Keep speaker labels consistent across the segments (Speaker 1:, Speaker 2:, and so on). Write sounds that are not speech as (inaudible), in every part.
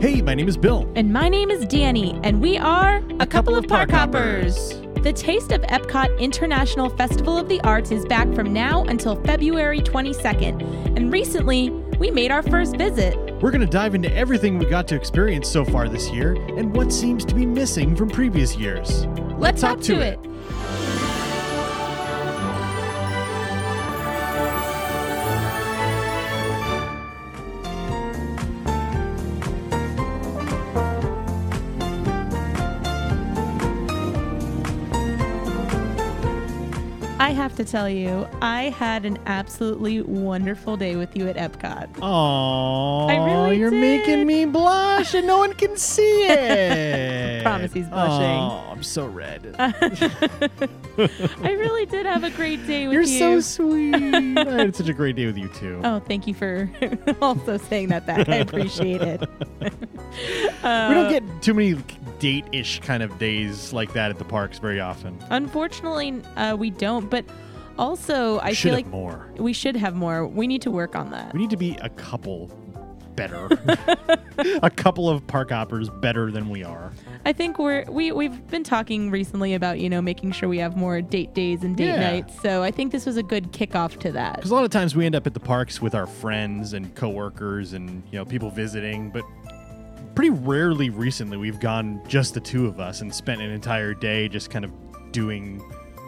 Speaker 1: Hey, my name is Bill.
Speaker 2: And my name is Danny, and we are a couple, of park hoppers. The Taste of Epcot International Festival of the Arts is back from now until February 22nd, and recently we made our first visit.
Speaker 1: We're going to dive into everything we got to experience so far this year and what seems to be missing from previous years.
Speaker 2: Let's
Speaker 1: hop
Speaker 2: hop
Speaker 1: to
Speaker 2: to it. I have to tell you, I had an absolutely wonderful day with you at Epcot.
Speaker 1: Aww,
Speaker 2: really
Speaker 1: you're
Speaker 2: did.
Speaker 1: making me blush and no one can
Speaker 2: (laughs)
Speaker 1: see it.
Speaker 2: Promise he's blushing.
Speaker 1: Aw, I'm so
Speaker 2: (laughs)
Speaker 1: red.
Speaker 2: I really did have a great day with
Speaker 1: you're
Speaker 2: you.
Speaker 1: so sweet. I
Speaker 2: (laughs)
Speaker 1: had such a great day with you too.
Speaker 2: Oh, thank you for (laughs) also saying that back. I appreciate it.
Speaker 1: we
Speaker 2: Uh,
Speaker 1: don't get too many date-ish kind of days like that at the parks very often.
Speaker 2: Unfortunately, uh, we don't. But also, I
Speaker 1: Should
Speaker 2: feel
Speaker 1: have
Speaker 2: like
Speaker 1: more.
Speaker 2: we should have more. We need to work on that.
Speaker 1: We need to be a couple better.
Speaker 2: (laughs)
Speaker 1: (laughs) a couple of park hoppers better than we are.
Speaker 2: I think we're we we've been talking recently about you know making sure we have more date days and date
Speaker 1: Yeah.
Speaker 2: nights. So I think this was a good kickoff to that.
Speaker 1: Because a lot of times we end up at the parks with our friends and coworkers and you know people visiting, but pretty rarely recently we've gone just the two of us and spent an entire day just kind of doing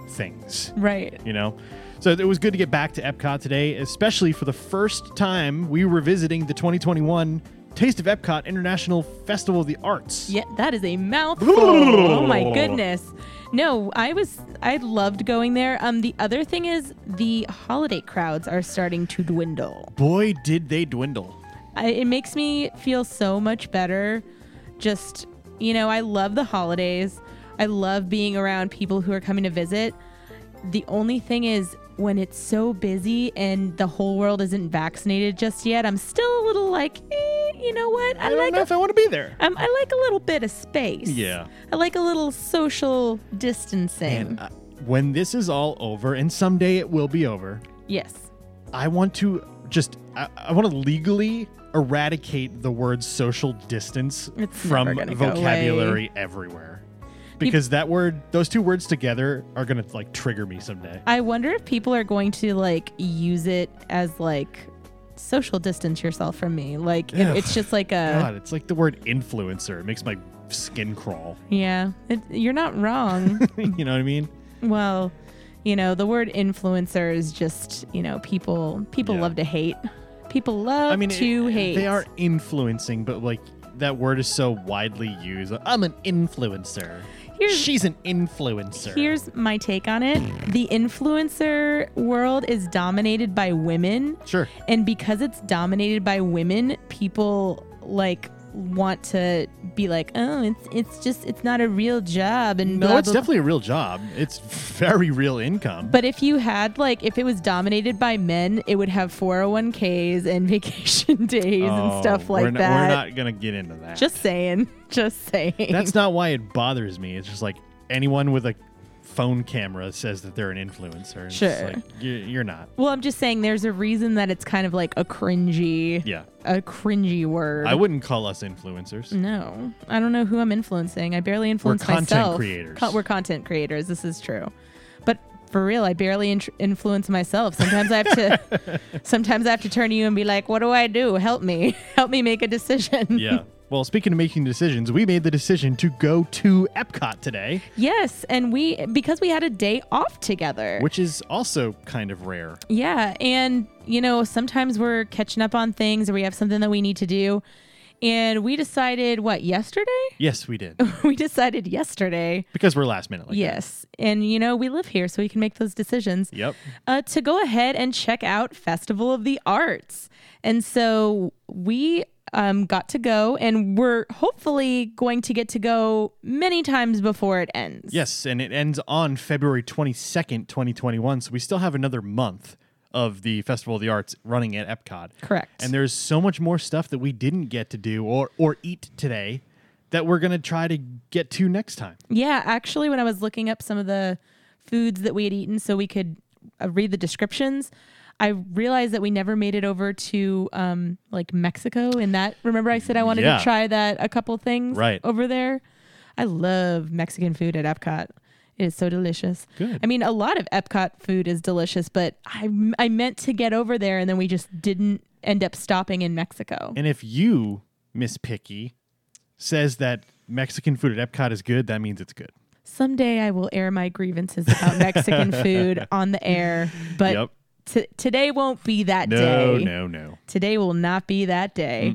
Speaker 1: things,
Speaker 2: Right.
Speaker 1: you know. So it was good to get back to Epcot today, especially for the first time we were visiting the 2021 Taste of Epcot International Festival of the Arts.
Speaker 2: Yeah, that is a mouthful. oh my
Speaker 1: (laughs)
Speaker 2: goodness. No, I was I loved going there. Um the other thing is the holiday crowds are starting to dwindle.
Speaker 1: Boy, did they dwindle.
Speaker 2: I, it makes me feel so much better. Just, you know, I love the holidays. I love being around people who are coming to visit. The only thing is, when it's so busy and the whole world isn't vaccinated just yet, I'm still a little like, eh, you know what?
Speaker 1: I don't
Speaker 2: like
Speaker 1: know
Speaker 2: a,
Speaker 1: if I want to be there.
Speaker 2: um, I like a little bit of space.
Speaker 1: Yeah.
Speaker 2: I like a little social distancing.
Speaker 1: And uh, when this is all over, and someday it will be over,
Speaker 2: yes.
Speaker 1: I want to just I, I want to legally eradicate the word social distance
Speaker 2: It's
Speaker 1: from
Speaker 2: never gonna go
Speaker 1: vocabulary everywhere. Because that word, those two words together are going to like trigger me someday.
Speaker 2: I wonder if people are going to like use it as like social distance yourself from me. Like
Speaker 1: Yeah.
Speaker 2: it, it's just like a
Speaker 1: God, it's like the word influencer. It makes my skin crawl. (laughs)
Speaker 2: yeah. It, you're not wrong.
Speaker 1: you know what I mean?
Speaker 2: well, you know the word influencer is just you know people people
Speaker 1: Yeah.
Speaker 2: love to hate. People love
Speaker 1: I mean,
Speaker 2: to
Speaker 1: it-
Speaker 2: hate.
Speaker 1: they are influencing, but like that word is so widely used. I'm an influencer.
Speaker 2: Here's-
Speaker 1: She's an influencer.
Speaker 2: Here's my take on it. The influencer world is dominated by women.
Speaker 1: sure.
Speaker 2: And because it's dominated by women, people like want to be like, oh, it's it's just it's not a real job and
Speaker 1: No,
Speaker 2: blah,
Speaker 1: it's
Speaker 2: blah, blah."
Speaker 1: definitely a real job. It's very real income.
Speaker 2: But if you had like if it was dominated by men, it would have 401ks and (laughs) vacation days and stuff
Speaker 1: Oh,
Speaker 2: like
Speaker 1: we're not,
Speaker 2: that.
Speaker 1: We're not gonna get into that.
Speaker 2: just saying, just saying.
Speaker 1: that's not why it bothers me. It's just like anyone with a phone camera says that they're an influencer. It's just
Speaker 2: Sure.
Speaker 1: like, you're, you're not.
Speaker 2: well, I'm just saying there's a reason that it's kind of like a cringy
Speaker 1: Yeah,
Speaker 2: a cringy word.
Speaker 1: I wouldn't call us
Speaker 2: Mm.
Speaker 1: influencers.
Speaker 2: No, I don't know who I'm influencing. I barely influence
Speaker 1: content
Speaker 2: myself.
Speaker 1: creators.
Speaker 2: Co- we're content creators. This is true, but for real, I barely in- influence myself. Sometimes I have
Speaker 1: (laughs)
Speaker 2: to. sometimes I have to turn to you and be like, "What do I do? Help me! (laughs) Help me make a decision."
Speaker 1: yeah. Well, speaking of making decisions, we made the decision to go to Epcot today,
Speaker 2: (laughs) Yes, and we because we had a day off together.
Speaker 1: which is also kind of rare.
Speaker 2: Yeah, and you know, sometimes we're catching up on things or we have something that we need to do. And we decided what yesterday? (laughs)
Speaker 1: Yes, we did
Speaker 2: we decided yesterday.
Speaker 1: because we're last minute. Like that.
Speaker 2: Yes. And you know, we live here so we can make those decisions.
Speaker 1: Yep.
Speaker 2: uh, to go ahead and check out Festival of the Arts. And so we um, got to go, and we're hopefully going to get to go many times before it ends.
Speaker 1: Yes, and it ends on February 22nd, 2021. So we still have another month of the Festival of the Arts running at Epcot.
Speaker 2: Correct.
Speaker 1: And there's so much more stuff that we didn't get to do or or eat today that we're going to try to get to next time.
Speaker 2: yeah, actually, when I was looking up some of the foods that we had eaten so we could uh, read the descriptions, I realized that we never made it over to um, like Mexico. And that, remember, I said I wanted
Speaker 1: Yeah.
Speaker 2: to try that a couple things
Speaker 1: Right.
Speaker 2: over there. I love Mexican food at Epcot. It is so delicious.
Speaker 1: Good.
Speaker 2: I mean, a lot of Epcot food is delicious, but I, I meant to get over there and then we just didn't end up stopping in Mexico.
Speaker 1: And if you, Miss Picky, says that Mexican food at Epcot is good, that means it's good.
Speaker 2: Someday I will air my grievances about
Speaker 1: (laughs)
Speaker 2: Mexican food on the air, but
Speaker 1: Yep.
Speaker 2: t- today won't be that
Speaker 1: No, Mm-hmm.
Speaker 2: day.
Speaker 1: no, no.
Speaker 2: Today will not be that day.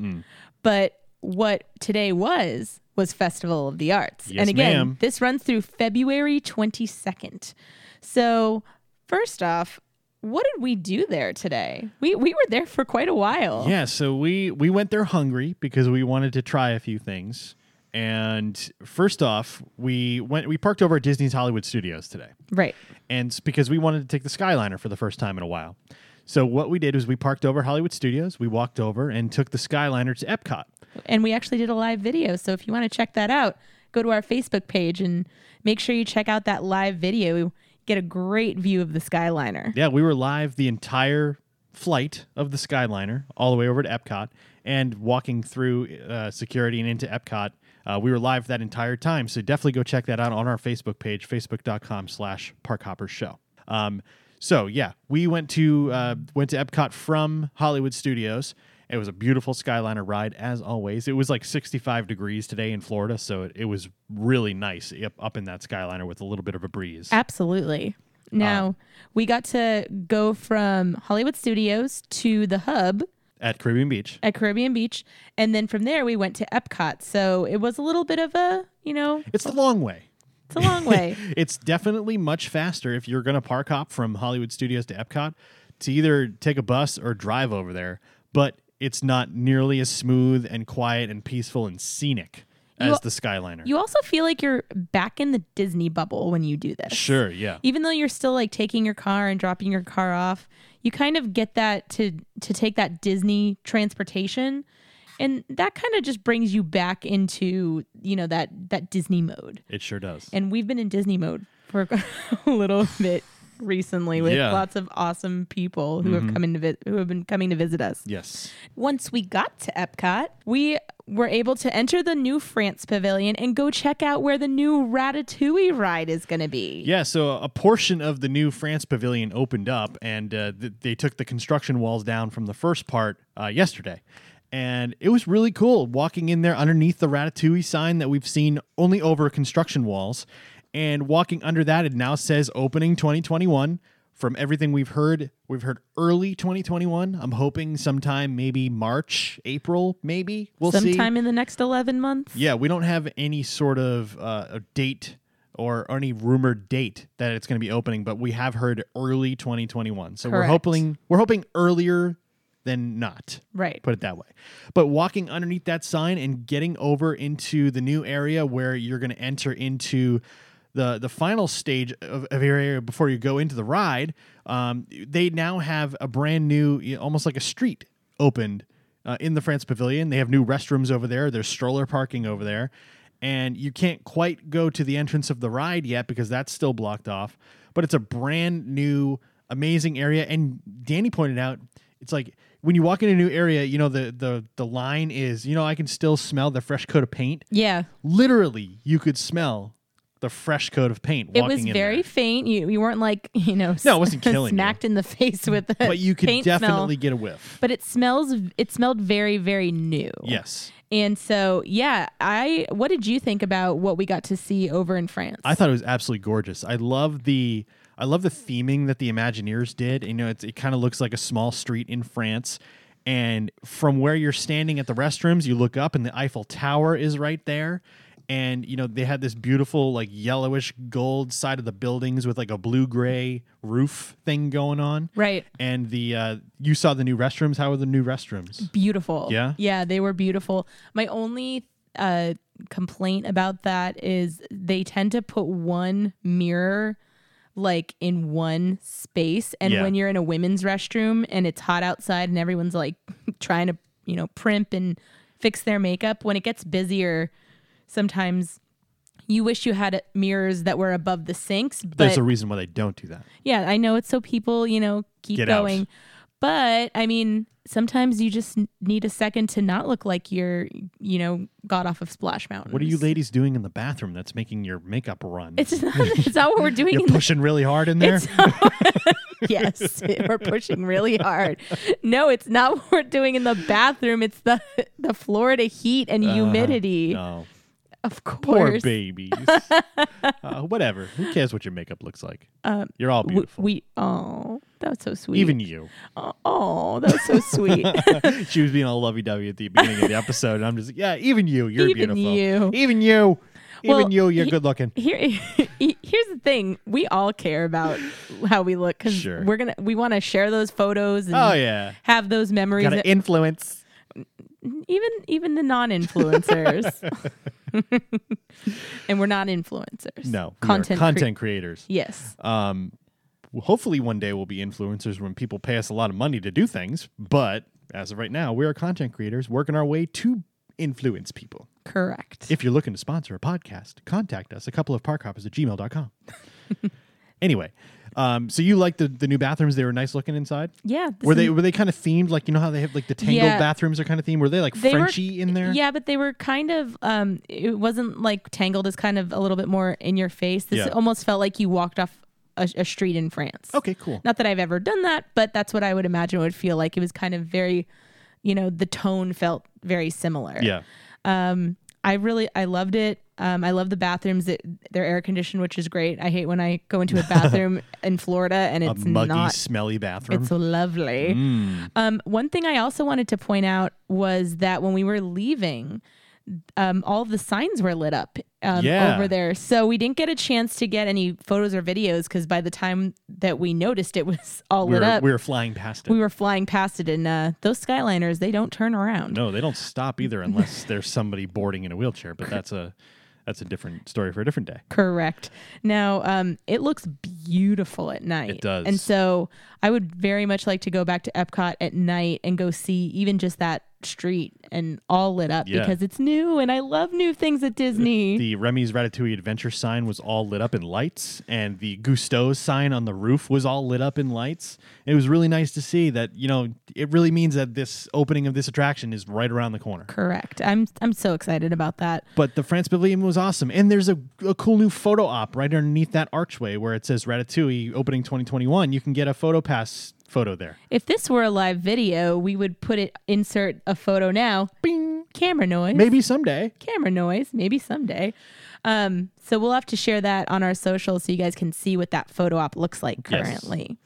Speaker 2: But what today was was Festival of the Arts.
Speaker 1: Yes,
Speaker 2: and again,
Speaker 1: ma'am.
Speaker 2: this runs through February 22nd. So, first off, what did we do there today? We we were there for quite a while.
Speaker 1: Yeah, so we we went there hungry because we wanted to try a few things. And first off, we went we parked over at Disney's Hollywood Studios today.
Speaker 2: Right.
Speaker 1: and s- because we wanted to take the Skyliner for the first time in a while. So what we did was we parked over at Hollywood Studios, we walked over and took the Skyliner to Epcot.
Speaker 2: And we actually did a live video. So if you want to check that out, go to our Facebook page and make sure you check out that live video. You Get a great view of the Skyliner.
Speaker 1: Yeah, we were live the entire flight of the Skyliner all the way over to Epcot and walking through uh, security and into Epcot. Uh, we were live that entire time, so definitely go check that out on our Facebook page, facebook.com slash parkhoppershow. Um, so yeah, we went to uh, went to Epcot from Hollywood Studios. It was a beautiful Skyliner ride, as always. It was like 65 degrees today in Florida, so it, it was really nice up, up in that Skyliner with a little bit of a breeze.
Speaker 2: Absolutely. Now, we got to go from Hollywood Studios to the hub
Speaker 1: at Caribbean Beach,
Speaker 2: at Caribbean Beach. And then from there, we went to Epcot. So it was a little bit of a, you know,
Speaker 1: it's the long way.
Speaker 2: it's a long way.
Speaker 1: it's definitely much faster if you're going to park hop from Hollywood Studios to Epcot to either take a bus or drive over there, but it's not nearly as smooth and quiet and peaceful and scenic as
Speaker 2: You-
Speaker 1: the Skyliner.
Speaker 2: You also feel like you're back in the Disney bubble when you do this.
Speaker 1: sure, yeah.
Speaker 2: even though you're still like taking your car and dropping your car off you kind of get that to to take that disney transportation and that kind of just brings you back into you know that that disney mode
Speaker 1: It sure does.
Speaker 2: and we've been in disney mode for (laughs) a little bit recently with
Speaker 1: Yeah.
Speaker 2: lots of awesome people who have come in to vi- who have been coming to visit us
Speaker 1: yes.
Speaker 2: once we got to Epcot, we were able to enter the new France pavilion and go check out where the new Ratatouille ride is going to be.
Speaker 1: Yeah, so a portion of the new France pavilion opened up, and uh, th- they took the construction walls down from the first part uh, yesterday. And it was really cool walking in there underneath the Ratatouille sign that we've seen only over construction walls. And walking under that, it now says opening 2021. From everything we've heard, we've heard early 2021. I'm hoping sometime maybe March, April, maybe. We'll see.
Speaker 2: sometime in the next 11 months.
Speaker 1: Yeah, we don't have any sort of uh, a date or any rumored date that it's going to be opening, but we have heard early 2021. So we're
Speaker 2: Correct.
Speaker 1: hoping we're hoping earlier than not.
Speaker 2: Right.
Speaker 1: Put it that way. But walking underneath that sign and getting over into the new area where you're going to enter into the the final stage of, of area before you go into the ride, um, they now have a brand new, you know, almost like a street opened uh, in the France Pavilion. They have new restrooms over there. There's stroller parking over there. And you can't quite go to the entrance of the ride yet because that's still blocked off. But it's a brand new, amazing area. And Danny pointed out, it's like when you walk in a new area, you know, the, the, the line is, you know, I can still smell the fresh coat of paint.
Speaker 2: Yeah.
Speaker 1: Literally, you could smell the fresh coat of paint
Speaker 2: It
Speaker 1: walking
Speaker 2: was
Speaker 1: in
Speaker 2: very
Speaker 1: there.
Speaker 2: faint. You you weren't like, you know,
Speaker 1: No, it
Speaker 2: (laughs)
Speaker 1: wasn't killing you. Mm-hmm.
Speaker 2: smacked in the face with the
Speaker 1: But you could
Speaker 2: paint
Speaker 1: definitely
Speaker 2: smell.
Speaker 1: get a whiff.
Speaker 2: But it smells it smelled very very new.
Speaker 1: Yes.
Speaker 2: And so, yeah, I what did you think about what we got to see over in France?
Speaker 1: I thought it was absolutely gorgeous. I love the I love the theming that the Imagineers did. You know, it's, it kind of looks like a small street in France. And from where you're standing at the restrooms, you look up and the Eiffel Tower is right there. And you know, they had this beautiful like yellowish gold side of the buildings with like a blue-gray roof thing going on.
Speaker 2: right.
Speaker 1: And the uh, you saw the new restrooms. How are the new restrooms?
Speaker 2: beautiful.
Speaker 1: Yeah?
Speaker 2: Yeah, they were beautiful. My only uh complaint about that is they tend to put one mirror like in one space and
Speaker 1: Yeah.
Speaker 2: when you're in a women's restroom and it's hot outside and everyone's like (laughs) trying to, you know, primp and fix their makeup when it gets busier sometimes you wish you had uh, mirrors that were above the sinks but
Speaker 1: There's a reason why they don't do that.
Speaker 2: yeah, I know it's so people, you know, keep
Speaker 1: Get out.
Speaker 2: going. But I mean, sometimes you just n- need a second to not look like you're, you know, got off of Splash Mountain.
Speaker 1: What are you ladies doing in the bathroom that's making your makeup run?
Speaker 2: It's not, it's not what we're
Speaker 1: (laughs)
Speaker 2: doing.
Speaker 1: You're
Speaker 2: in the-
Speaker 1: pushing really hard in there. (laughs)
Speaker 2: It's (laughs) yes, we're pushing really hard. No, it's not what we're doing in the bathroom. It's the the Florida heat and humidity.
Speaker 1: No.
Speaker 2: Of
Speaker 1: Uh-huh. (laughs) Poor
Speaker 2: course,
Speaker 1: babies. uh, whatever. Who cares what your makeup looks like?
Speaker 2: Um,
Speaker 1: You're all
Speaker 2: we,
Speaker 1: beautiful.
Speaker 2: we oh that was so sweet.
Speaker 1: Even
Speaker 2: (laughs)
Speaker 1: you. (laughs)
Speaker 2: oh that was so sweet.
Speaker 1: she was being all lovey dovey at the beginning of the episode. And I'm just like, yeah, even you. You're
Speaker 2: Even
Speaker 1: beautiful.
Speaker 2: you.
Speaker 1: Even you. Even
Speaker 2: Well,
Speaker 1: you. You're
Speaker 2: he-
Speaker 1: good looking.
Speaker 2: Here, (laughs) here's the thing: we all care about how we look because
Speaker 1: Sure.
Speaker 2: we're gonna we want to share those photos and
Speaker 1: Oh, yeah.
Speaker 2: have those memories.
Speaker 1: Got to influence. e-,
Speaker 2: even even the non-influencers,
Speaker 1: (laughs)
Speaker 2: and we're not influencers.
Speaker 1: No. we are
Speaker 2: content. cre-
Speaker 1: content creators.
Speaker 2: yes.
Speaker 1: Um, hopefully, one day we'll be influencers when people pay us a lot of money to do things. But as of right now, we are content creators working our way to influence people.
Speaker 2: Correct.
Speaker 1: If you're looking to sponsor a podcast, contact us a couple of parkhoppers at gmail.com. (laughs) anyway, um, so you like the, the new bathrooms? They were nice looking inside.
Speaker 2: yeah. this
Speaker 1: Were they
Speaker 2: is-
Speaker 1: were they kind of themed like you know how they have like the tangled
Speaker 2: Yeah.
Speaker 1: bathrooms are kind of themed? Were they like
Speaker 2: They were-
Speaker 1: Frenchy in there?
Speaker 2: Yeah, but they were kind of. Um, it wasn't like Tangled is kind of a little bit more in your face. This
Speaker 1: Yeah.
Speaker 2: almost felt like you walked off a, a street in France.
Speaker 1: Okay, cool.
Speaker 2: Not that I've ever done that, but that's what I would imagine it would feel like. It was kind of very, you know, the tone felt very similar.
Speaker 1: Yeah.
Speaker 2: Um, I really I loved it. Um, I love the bathrooms. It, they're air conditioned, which is great. I hate when I go
Speaker 1: (laughs)
Speaker 2: into a bathroom in Florida and
Speaker 1: A
Speaker 2: it's
Speaker 1: muggy, Mm.
Speaker 2: not
Speaker 1: smelly bathroom.
Speaker 2: it's lovely. Um, one thing I also wanted to point out was that when we were leaving, um, all the signs were lit up um,
Speaker 1: Yeah.
Speaker 2: over there. So we didn't get a chance to get any photos or videos because by the time that we noticed it was (laughs) all
Speaker 1: we,
Speaker 2: lit
Speaker 1: were,
Speaker 2: up,
Speaker 1: we were flying past it.
Speaker 2: we were flying past it. And uh, those Skyliners, they don't turn around.
Speaker 1: No, they don't stop either
Speaker 2: (laughs)
Speaker 1: unless there's somebody boarding in a wheelchair, but that's a that's a different story for a different day.
Speaker 2: Correct. Now, um, it looks beautiful at night.
Speaker 1: It does.
Speaker 2: And so I would very much like to go back to Epcot at night and go see even just that street and all lit up
Speaker 1: Yeah.
Speaker 2: because it's new and I love new things at
Speaker 1: (laughs)
Speaker 2: Disney.
Speaker 1: The Remy's Ratatouille Adventure sign was all lit up in lights, and the Gusto's sign on the roof was all lit up in lights. It was really nice to see that, you know, it really means that this opening of this attraction is right around the corner.
Speaker 2: Correct. I'm I'm so excited about that.
Speaker 1: But the France Pavilion was awesome. And there's a, a cool new photo op right underneath that archway where it says Ratatouille opening 2021. You can get a photo pass photo there.
Speaker 2: If this were a live video, we would put it insert a photo now.
Speaker 1: Bing.
Speaker 2: Camera noise.
Speaker 1: Maybe someday.
Speaker 2: camera noise maybe someday um, so we'll have to share that on our socials so you guys can see what that photo op looks like
Speaker 1: Yes.
Speaker 2: currently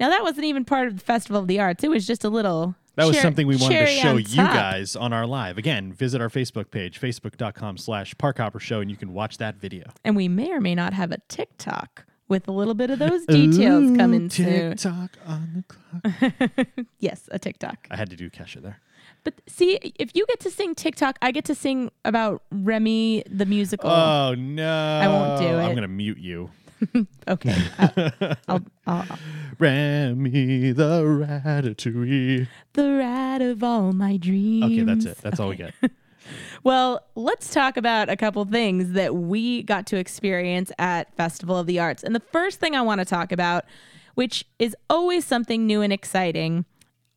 Speaker 2: now that wasn't even part of the festival of the arts it was just a little
Speaker 1: That was
Speaker 2: cher-
Speaker 1: something we wanted to
Speaker 2: cherry
Speaker 1: show
Speaker 2: on
Speaker 1: you
Speaker 2: top.
Speaker 1: guys on our live. Again, visit our Facebook page, facebook.com slash parkhopper show, and you can watch that video.
Speaker 2: and we may or may not have a tiktok with a little bit of those details
Speaker 1: Ooh,
Speaker 2: coming soon
Speaker 1: TikTok on the clock.
Speaker 2: yes a tiktok
Speaker 1: I had to do Kesha there.
Speaker 2: but see if you get to sing tiktok i get to sing about remy the musical
Speaker 1: Oh, no. I
Speaker 2: won't do
Speaker 1: I'm
Speaker 2: it.
Speaker 1: going to mute you.
Speaker 2: okay I- I'll, I'll,
Speaker 1: Remy the Ratatouille.
Speaker 2: the rat of all my dreams
Speaker 1: Okay, that's it. That's all we
Speaker 2: (laughs)
Speaker 1: get.
Speaker 2: Well, let's talk about a couple things that we got to experience at Festival of the Arts. And the first thing I want to talk about, which is always something new and exciting,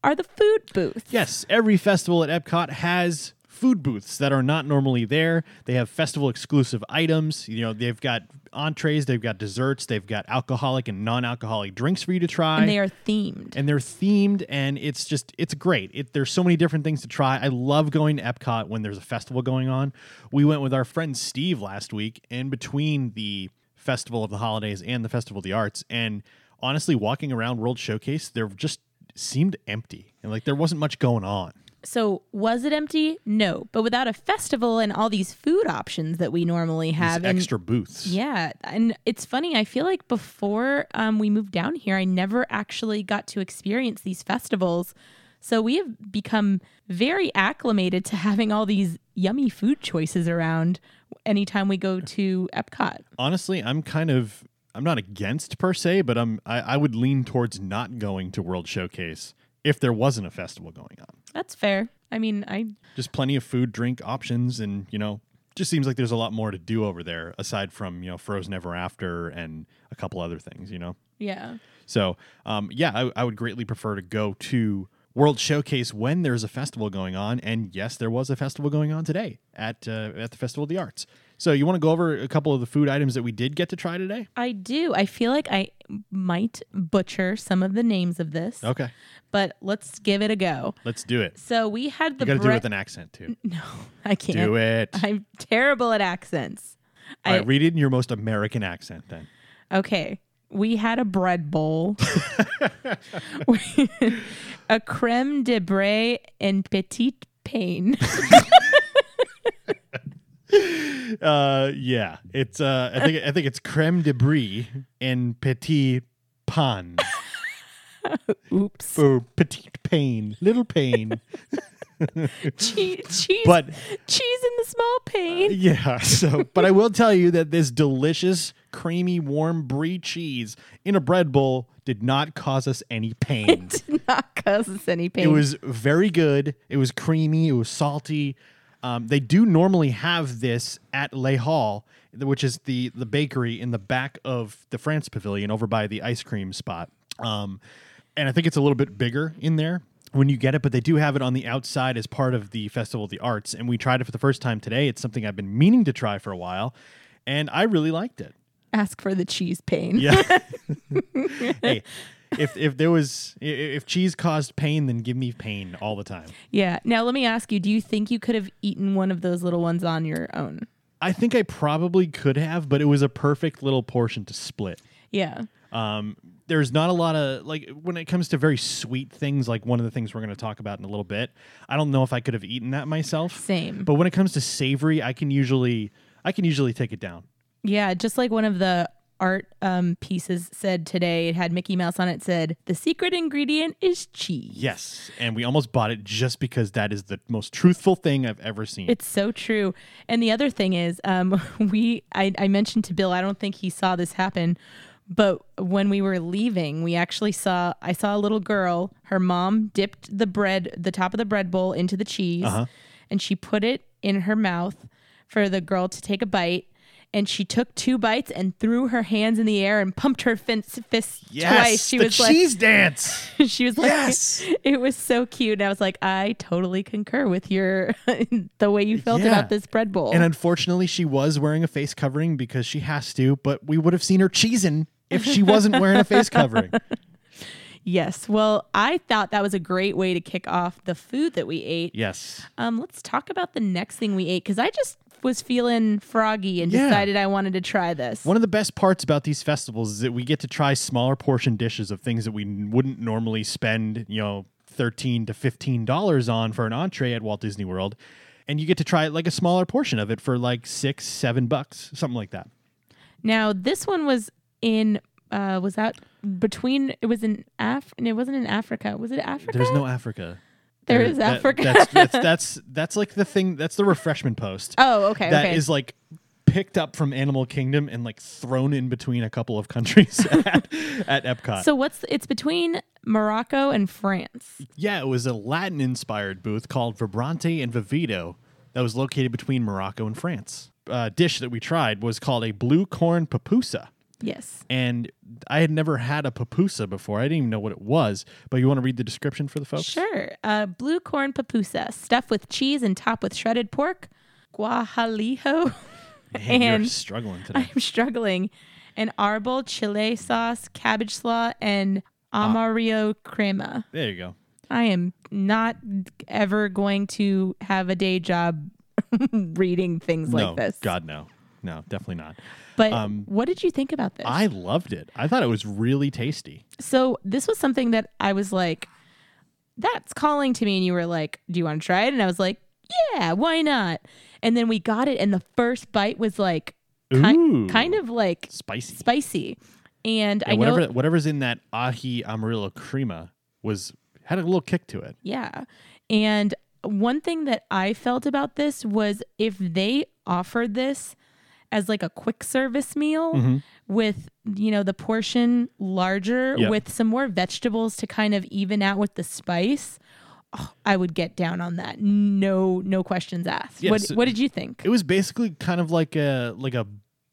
Speaker 2: are the food booths.
Speaker 1: Yes, every festival at Epcot has food booths that are not normally there. They have festival exclusive items. You know, they've got entrees, they've got desserts, they've got alcoholic and non-alcoholic drinks for you to try.
Speaker 2: And they are themed.
Speaker 1: and they're themed and it's just it's great it, there's so many different things to try i love going to epcot when there's a festival going on we went with our friend steve last week in between the festival of the holidays and the festival of the arts and honestly walking around world showcase there just seemed empty and like there wasn't much going on
Speaker 2: So, was it empty? No. But without a festival and all these food options that we normally
Speaker 1: These
Speaker 2: have, and-
Speaker 1: extra booths
Speaker 2: Yeah, and it's funny. I feel like before um, we moved down here, I never actually got to experience these festivals. So we have become very acclimated to having all these yummy food choices around anytime we go to Epcot.
Speaker 1: honestly i'm kind of i'm not against per se but i'm I, I would lean towards not going to world showcase if there wasn't a festival going on
Speaker 2: That's fair. I mean, I
Speaker 1: just plenty of food, drink options, and you know, just seems like there's a lot more to do over there aside from you know Frozen Ever After and a couple other things. You know,
Speaker 2: Yeah.
Speaker 1: So, um, yeah, I, I would greatly prefer to go to World Showcase when there's a festival going on. And yes, there was a festival going on today at uh, at the Festival of the Arts. So, you want to go over a couple of the food items that we did get to try today?
Speaker 2: I do. I feel like I might butcher some of the names of this,
Speaker 1: Okay,
Speaker 2: but let's give it a go.
Speaker 1: let's do it.
Speaker 2: So we had the
Speaker 1: You got to do
Speaker 2: bre-
Speaker 1: it with an accent
Speaker 2: (laughs)
Speaker 1: too.
Speaker 2: No, I can't.
Speaker 1: Do it.
Speaker 2: I'm terrible at accents.
Speaker 1: All
Speaker 2: (laughs) I-
Speaker 1: right, read it in your most American accent then.
Speaker 2: Okay. We had a bread bowl, (laughs) a creme de brie and petite pain.
Speaker 1: Uh, yeah, it's uh, I think I think it's creme de brie and petit pan
Speaker 2: (laughs) Oops.
Speaker 1: or petite pain, little pain.
Speaker 2: Che- cheese,
Speaker 1: But Uh,
Speaker 2: cheese in the small pain.
Speaker 1: yeah, so but I will tell you that this delicious, creamy, warm brie cheese in a bread bowl did not cause us any pain.
Speaker 2: (laughs) Did not cause us any pain.
Speaker 1: It was very good. It was creamy. It was salty. Um, they do normally have this at Le Hall, which is the the bakery in the back of the France Pavilion, over by the ice cream spot. Um, and I think it's a little bit bigger in there when you get it, but they do have it on the outside as part of the Festival of the Arts. And we tried it for the first time today. It's something I've been meaning to try for a while, and I really liked it.
Speaker 2: Ask for the cheese pain.
Speaker 1: Yeah. hey, if if there was i- i- if cheese caused pain, then give me pain all the time.
Speaker 2: Yeah. Now let me ask you, do you think you could have eaten one of those little ones on your own?
Speaker 1: I think I probably could have, but it was a perfect little portion to split.
Speaker 2: Yeah.
Speaker 1: Um, there's not a lot of like when it comes to very sweet things, like one of the things we're going to talk about in a little bit. I don't know if I could have eaten that myself.
Speaker 2: Same.
Speaker 1: But when it comes to savory, I can usually I can usually take it down.
Speaker 2: Yeah, just like one of the art um, pieces said today, it had Mickey Mouse on it said, "The secret ingredient is cheese."
Speaker 1: Yes, and we almost bought it just because that is the most truthful thing I've ever seen.
Speaker 2: It's so true. And the other thing is, um, (laughs) we I, I mentioned to Bill, I don't think he saw this happen, but when we were leaving, we actually saw I saw a little girl. Her mom dipped the bread, the top of the bread bowl, into the cheese,
Speaker 1: Uh-huh.
Speaker 2: and she put it in her mouth for the girl to take a bite. And she took two bites and threw her hands in the air and pumped her fin- fists
Speaker 1: yes,
Speaker 2: twice. She
Speaker 1: the
Speaker 2: was
Speaker 1: cheese dance.
Speaker 2: like, (laughs) she was like,
Speaker 1: Yes.
Speaker 2: it was so cute. And I was like, I totally concur with your (laughs) the way you felt
Speaker 1: Yeah.
Speaker 2: about this bread bowl.
Speaker 1: And unfortunately, she was wearing a face covering because she has to, but we would have seen her cheesing if she wasn't wearing a face
Speaker 2: (laughs)
Speaker 1: covering.
Speaker 2: yes. Well, I thought that was a great way to kick off the food that we ate.
Speaker 1: Yes.
Speaker 2: Um, let's talk about the next thing we ate because I just was feeling froggy and
Speaker 1: Yeah.
Speaker 2: decided I wanted to try this.
Speaker 1: One of the best parts about these festivals is that we get to try smaller portion dishes of things that we n- wouldn't normally spend, you know, 13 to 15 dollars on for an entree at Walt Disney World, and you get to try like a smaller portion of it for like 6, 7 bucks, something like that.
Speaker 2: now, this one was in uh was that between it was in Af and it wasn't in Africa. Was it Africa?
Speaker 1: There's no Africa.
Speaker 2: There is
Speaker 1: that-
Speaker 2: Africa.
Speaker 1: That's,
Speaker 2: (laughs)
Speaker 1: that's that's that's like the thing that's the refreshment post.
Speaker 2: oh, okay,
Speaker 1: That is
Speaker 2: okay.
Speaker 1: like picked up from Animal Kingdom and like thrown in between a couple of countries (laughs) at, at Epcot.
Speaker 2: so what's it's between Morocco and France.
Speaker 1: yeah, it was a Latin inspired booth called Vibrante and Vivito that was located between Morocco and France. A dish that we tried was called a blue corn papusa.
Speaker 2: Yes.
Speaker 1: And I had never had a papusa before. I didn't even know what it was. But you want to read the description for the folks?
Speaker 2: Sure. Uh, blue corn papusa, stuffed with cheese and topped with shredded pork, (laughs) guajalijo.
Speaker 1: Man, (laughs) you're
Speaker 2: And-
Speaker 1: struggling today.
Speaker 2: I'm struggling. An arbol chile sauce, cabbage slaw, and
Speaker 1: Ah.
Speaker 2: amarillo crema.
Speaker 1: There you go.
Speaker 2: I am not ever going to have a day job (laughs) reading things
Speaker 1: No,
Speaker 2: (laughs) like this.
Speaker 1: God, no. No, definitely not.
Speaker 2: But what did you think about this?
Speaker 1: I loved it. I thought it was really tasty.
Speaker 2: so this was something that I was like, that's calling to me. And you were like, do you want to try it? And I was like, yeah, why not? And then we got it. And the first bite was like,
Speaker 1: Ooh.
Speaker 2: kind, kind of like
Speaker 1: Spicy.
Speaker 2: spicy. And I
Speaker 1: Yeah,
Speaker 2: know,
Speaker 1: whatever whatever's in that ahi amarillo crema was had a little kick to it.
Speaker 2: yeah. And one thing that I felt about this was if they offered this as like a quick service meal with, you know, the portion larger
Speaker 1: Yeah.
Speaker 2: with some more vegetables to kind of even out with the spice. oh, I would get down on that. No, no questions asked.
Speaker 1: Yeah,
Speaker 2: what,
Speaker 1: so-
Speaker 2: what did you think?
Speaker 1: It was basically kind of like a like a,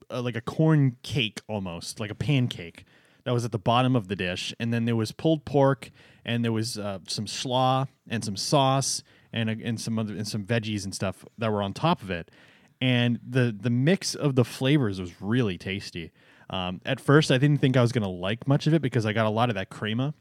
Speaker 1: a like a corn cake almost, like a pancake that was at the bottom of the dish, and then there was pulled pork, and there was uh, some slaw and some sauce and a, and some other and some veggies and stuff that were on top of it, and the the mix of the flavors was really tasty. Um, at first, I didn't think I was gonna like much of it because I got a lot of that crema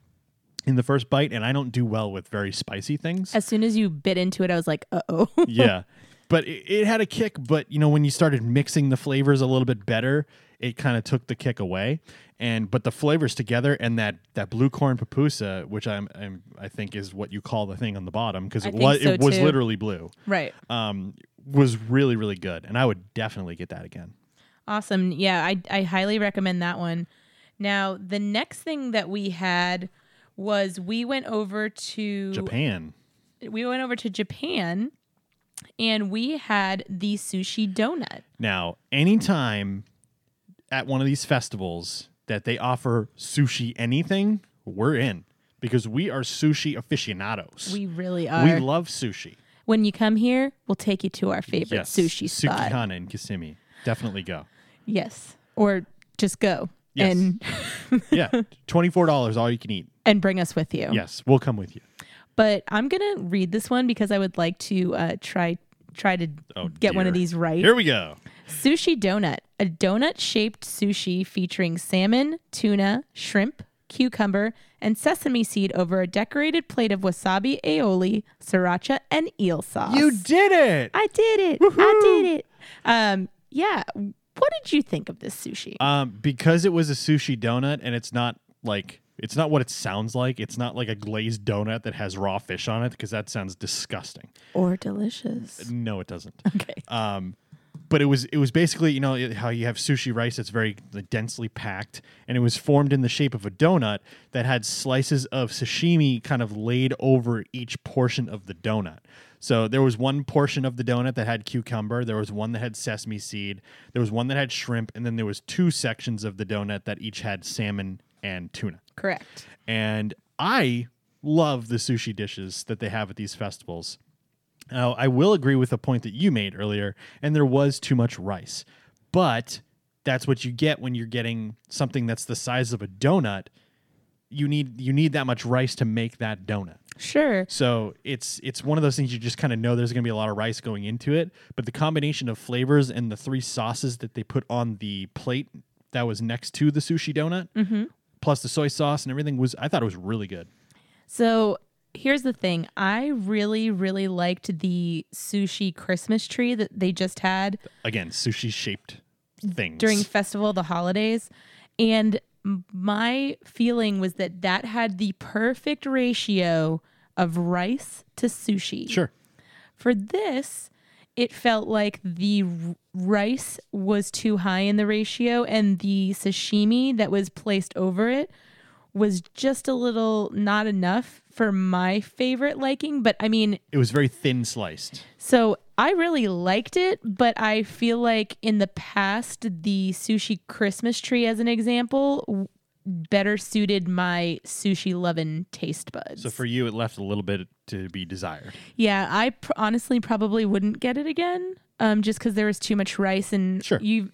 Speaker 1: in the first bite, and I don't do well with very spicy things.
Speaker 2: As soon as you bit into it, I was like, uh (laughs) oh.
Speaker 1: (laughs) yeah. But it, it had a kick, but you know, when you started mixing the flavors a little bit better, it kind of took the kick away. And but the flavors together and that that blue corn pupusa, which I'm, I'm I think is what you call the thing on the bottom because
Speaker 2: I
Speaker 1: it
Speaker 2: think
Speaker 1: was
Speaker 2: so
Speaker 1: it was
Speaker 2: too.
Speaker 1: literally blue.
Speaker 2: right.
Speaker 1: Um was really really good and I would definitely get that again.
Speaker 2: Awesome. Yeah, I, I highly recommend that one. Now, the next thing that we had was we went over to
Speaker 1: Japan.
Speaker 2: we went over to Japan and we had the sushi donut.
Speaker 1: Now, anytime at one of these festivals that they offer sushi anything, we're in because we are sushi aficionados.
Speaker 2: We really are.
Speaker 1: we love sushi.
Speaker 2: when you come here, we'll take you to our favorite sushi spot.
Speaker 1: Sukihana in Kissimmee. Definitely go.
Speaker 2: Yes. Or just go
Speaker 1: Yes.
Speaker 2: and
Speaker 1: Yeah.
Speaker 2: (laughs)
Speaker 1: $24 all you can eat.
Speaker 2: and bring us with you.
Speaker 1: Yes, we'll come with you.
Speaker 2: But I'm going to read this one because I would like to uh, try try to
Speaker 1: Oh,
Speaker 2: get one of
Speaker 1: dear.
Speaker 2: these right.
Speaker 1: Here we go.
Speaker 2: Sushi donut, a donut shaped sushi featuring salmon, tuna, shrimp, cucumber, and sesame seed over a decorated plate of wasabi aioli, sriracha, and eel sauce.
Speaker 1: did it.
Speaker 2: I did it. I did it. Um, yeah. What did you think of this sushi?
Speaker 1: Um, because it was a sushi donut and it's not like it's not what it sounds like. It's not like a glazed donut that has raw fish on it because that sounds disgusting.
Speaker 2: or delicious.
Speaker 1: No, it doesn't.
Speaker 2: Okay.
Speaker 1: Um, but it was it was basically you know it- how you have sushi rice that's very densely packed, and it was formed in the shape of a donut that had slices of sashimi kind of laid over each portion of the donut. So there was one portion of the donut that had cucumber, there was one that had sesame seed, there was one that had shrimp, and then there was two sections of the donut that each had salmon and tuna
Speaker 2: Correct.
Speaker 1: and I love the sushi dishes that they have at these festivals. Now, I will agree with the point that you made earlier, and there was too much rice, but that's what you get when you're getting something that's the size of a donut. You need you need that much rice to make that donut.
Speaker 2: Sure.
Speaker 1: So it's it's one of those things you just kind of know there's going to be a lot of rice going into it, but the combination of flavors and the three sauces that they put on the plate that was next to the sushi donut,
Speaker 2: Mm-hmm.
Speaker 1: plus the soy sauce and everything was I thought it was really good.
Speaker 2: So here's the thing I really, really liked the sushi Christmas tree that they just had.
Speaker 1: Again, sushi shaped things
Speaker 2: during festival of the holidays and m- my feeling was that that had the perfect ratio of rice to sushi
Speaker 1: sure
Speaker 2: for this it felt like the r- rice was too high in the ratio and the sashimi that was placed over it was just a little not enough for my favorite liking but i mean
Speaker 1: it was very thin sliced.
Speaker 2: so I really liked it, but I feel like in the past, the sushi Christmas tree, as an example, w- better suited my sushi lovin' taste buds.
Speaker 1: So for you, it left a little bit to be desired.
Speaker 2: yeah, I pr- honestly probably wouldn't get it again, um, just because there was too much rice and
Speaker 1: Sure.
Speaker 2: you.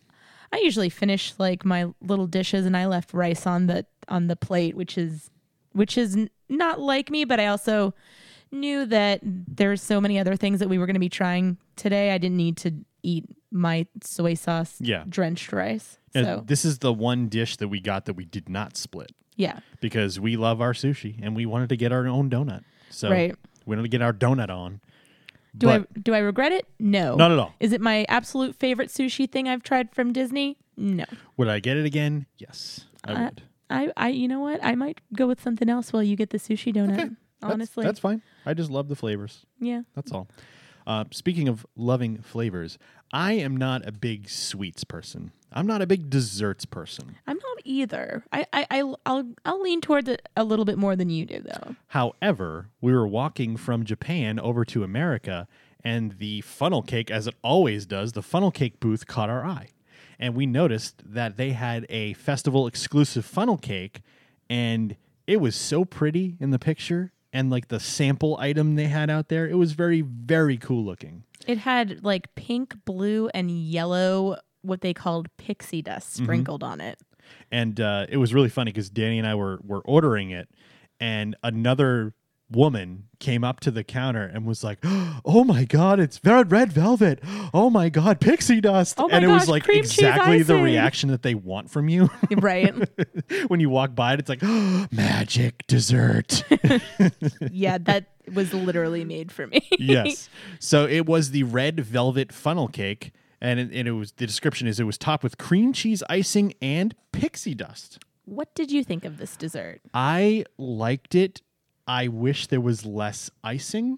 Speaker 2: I usually finish like my little dishes, and I left rice on the on the plate, which is which is n- not like me, but I also knew that there's so many other things that we were going to be trying today. I didn't need to eat my soy sauce
Speaker 1: Yeah.
Speaker 2: drenched rice.
Speaker 1: And
Speaker 2: so,
Speaker 1: this is the one dish that we got that we did not split
Speaker 2: yeah.
Speaker 1: because we love our sushi and we wanted to get our own donut. So
Speaker 2: Right.
Speaker 1: we wanted to get our donut on.
Speaker 2: Do
Speaker 1: but
Speaker 2: I do I regret it? No.
Speaker 1: Not at all.
Speaker 2: Is it my absolute favorite sushi thing I've tried from Disney? No.
Speaker 1: Would I get it again? Yes, I
Speaker 2: Uh,
Speaker 1: would.
Speaker 2: I, I you know what? I might go with something else while you get the sushi donut.
Speaker 1: That's-
Speaker 2: Honestly.
Speaker 1: that's, fine. I just love the flavors.
Speaker 2: yeah.
Speaker 1: That's all. Uh, speaking of loving flavors, I am not a big sweets person. I'm not a big desserts person.
Speaker 2: I'm not either. I, I, I I'll I'll lean toward it a little bit more than you do though.
Speaker 1: However, we were walking from Japan over to America, and the funnel cake, as it always does, the funnel cake booth caught our eye. And we noticed that they had a festival exclusive funnel cake, and it was so pretty in the picture. And like the sample item they had out there, it was very, very cool looking.
Speaker 2: It had
Speaker 1: Mm-hmm.
Speaker 2: like pink, blue, and yellow, what they called pixie dust sprinkled on it.
Speaker 1: and uh, it was really funny because Danny and I were were ordering it, and another woman came up to the counter and was like, (gasps) "Oh my god, it's ver- red velvet! Oh my god, pixie dust!"
Speaker 2: Oh my
Speaker 1: and it was
Speaker 2: gosh,
Speaker 1: like
Speaker 2: cream cheese
Speaker 1: exactly the
Speaker 2: icing.
Speaker 1: reaction that they want from you (laughs)
Speaker 2: right?
Speaker 1: when you walk by it. It's like (gasps) magic
Speaker 2: (laughs)
Speaker 1: dessert.
Speaker 2: yeah, that was literally made
Speaker 1: (laughs)
Speaker 2: for me.
Speaker 1: yes. So it was the red velvet funnel cake, and it, and it was the description is it was topped with cream cheese icing and pixie dust.
Speaker 2: what did you think of this dessert?
Speaker 1: I liked it. I wish there was less icing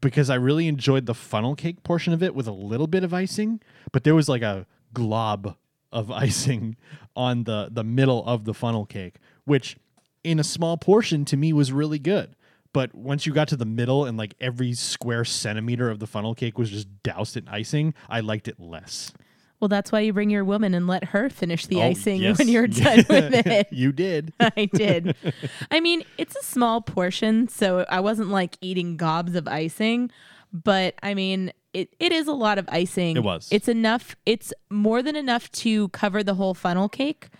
Speaker 1: because I really enjoyed the funnel cake portion of it with a little bit of icing, but there was like a glob of (laughs) icing on the the middle of the funnel cake, which in a small portion to me was really good. But once you got to the middle and like every square centimeter of the funnel cake was just doused in icing, I liked it less.
Speaker 2: Well, that's why you bring your woman and let her finish the
Speaker 1: Oh,
Speaker 2: icing
Speaker 1: yes.
Speaker 2: when
Speaker 1: (laughs)
Speaker 2: you're done with it.
Speaker 1: you did.
Speaker 2: (laughs) I did. I mean, it's a small portion, so I wasn't like eating gobs of icing, but I mean, it, it is a lot of icing.
Speaker 1: It was.
Speaker 2: It's enough. It's more than enough to cover the whole funnel cake.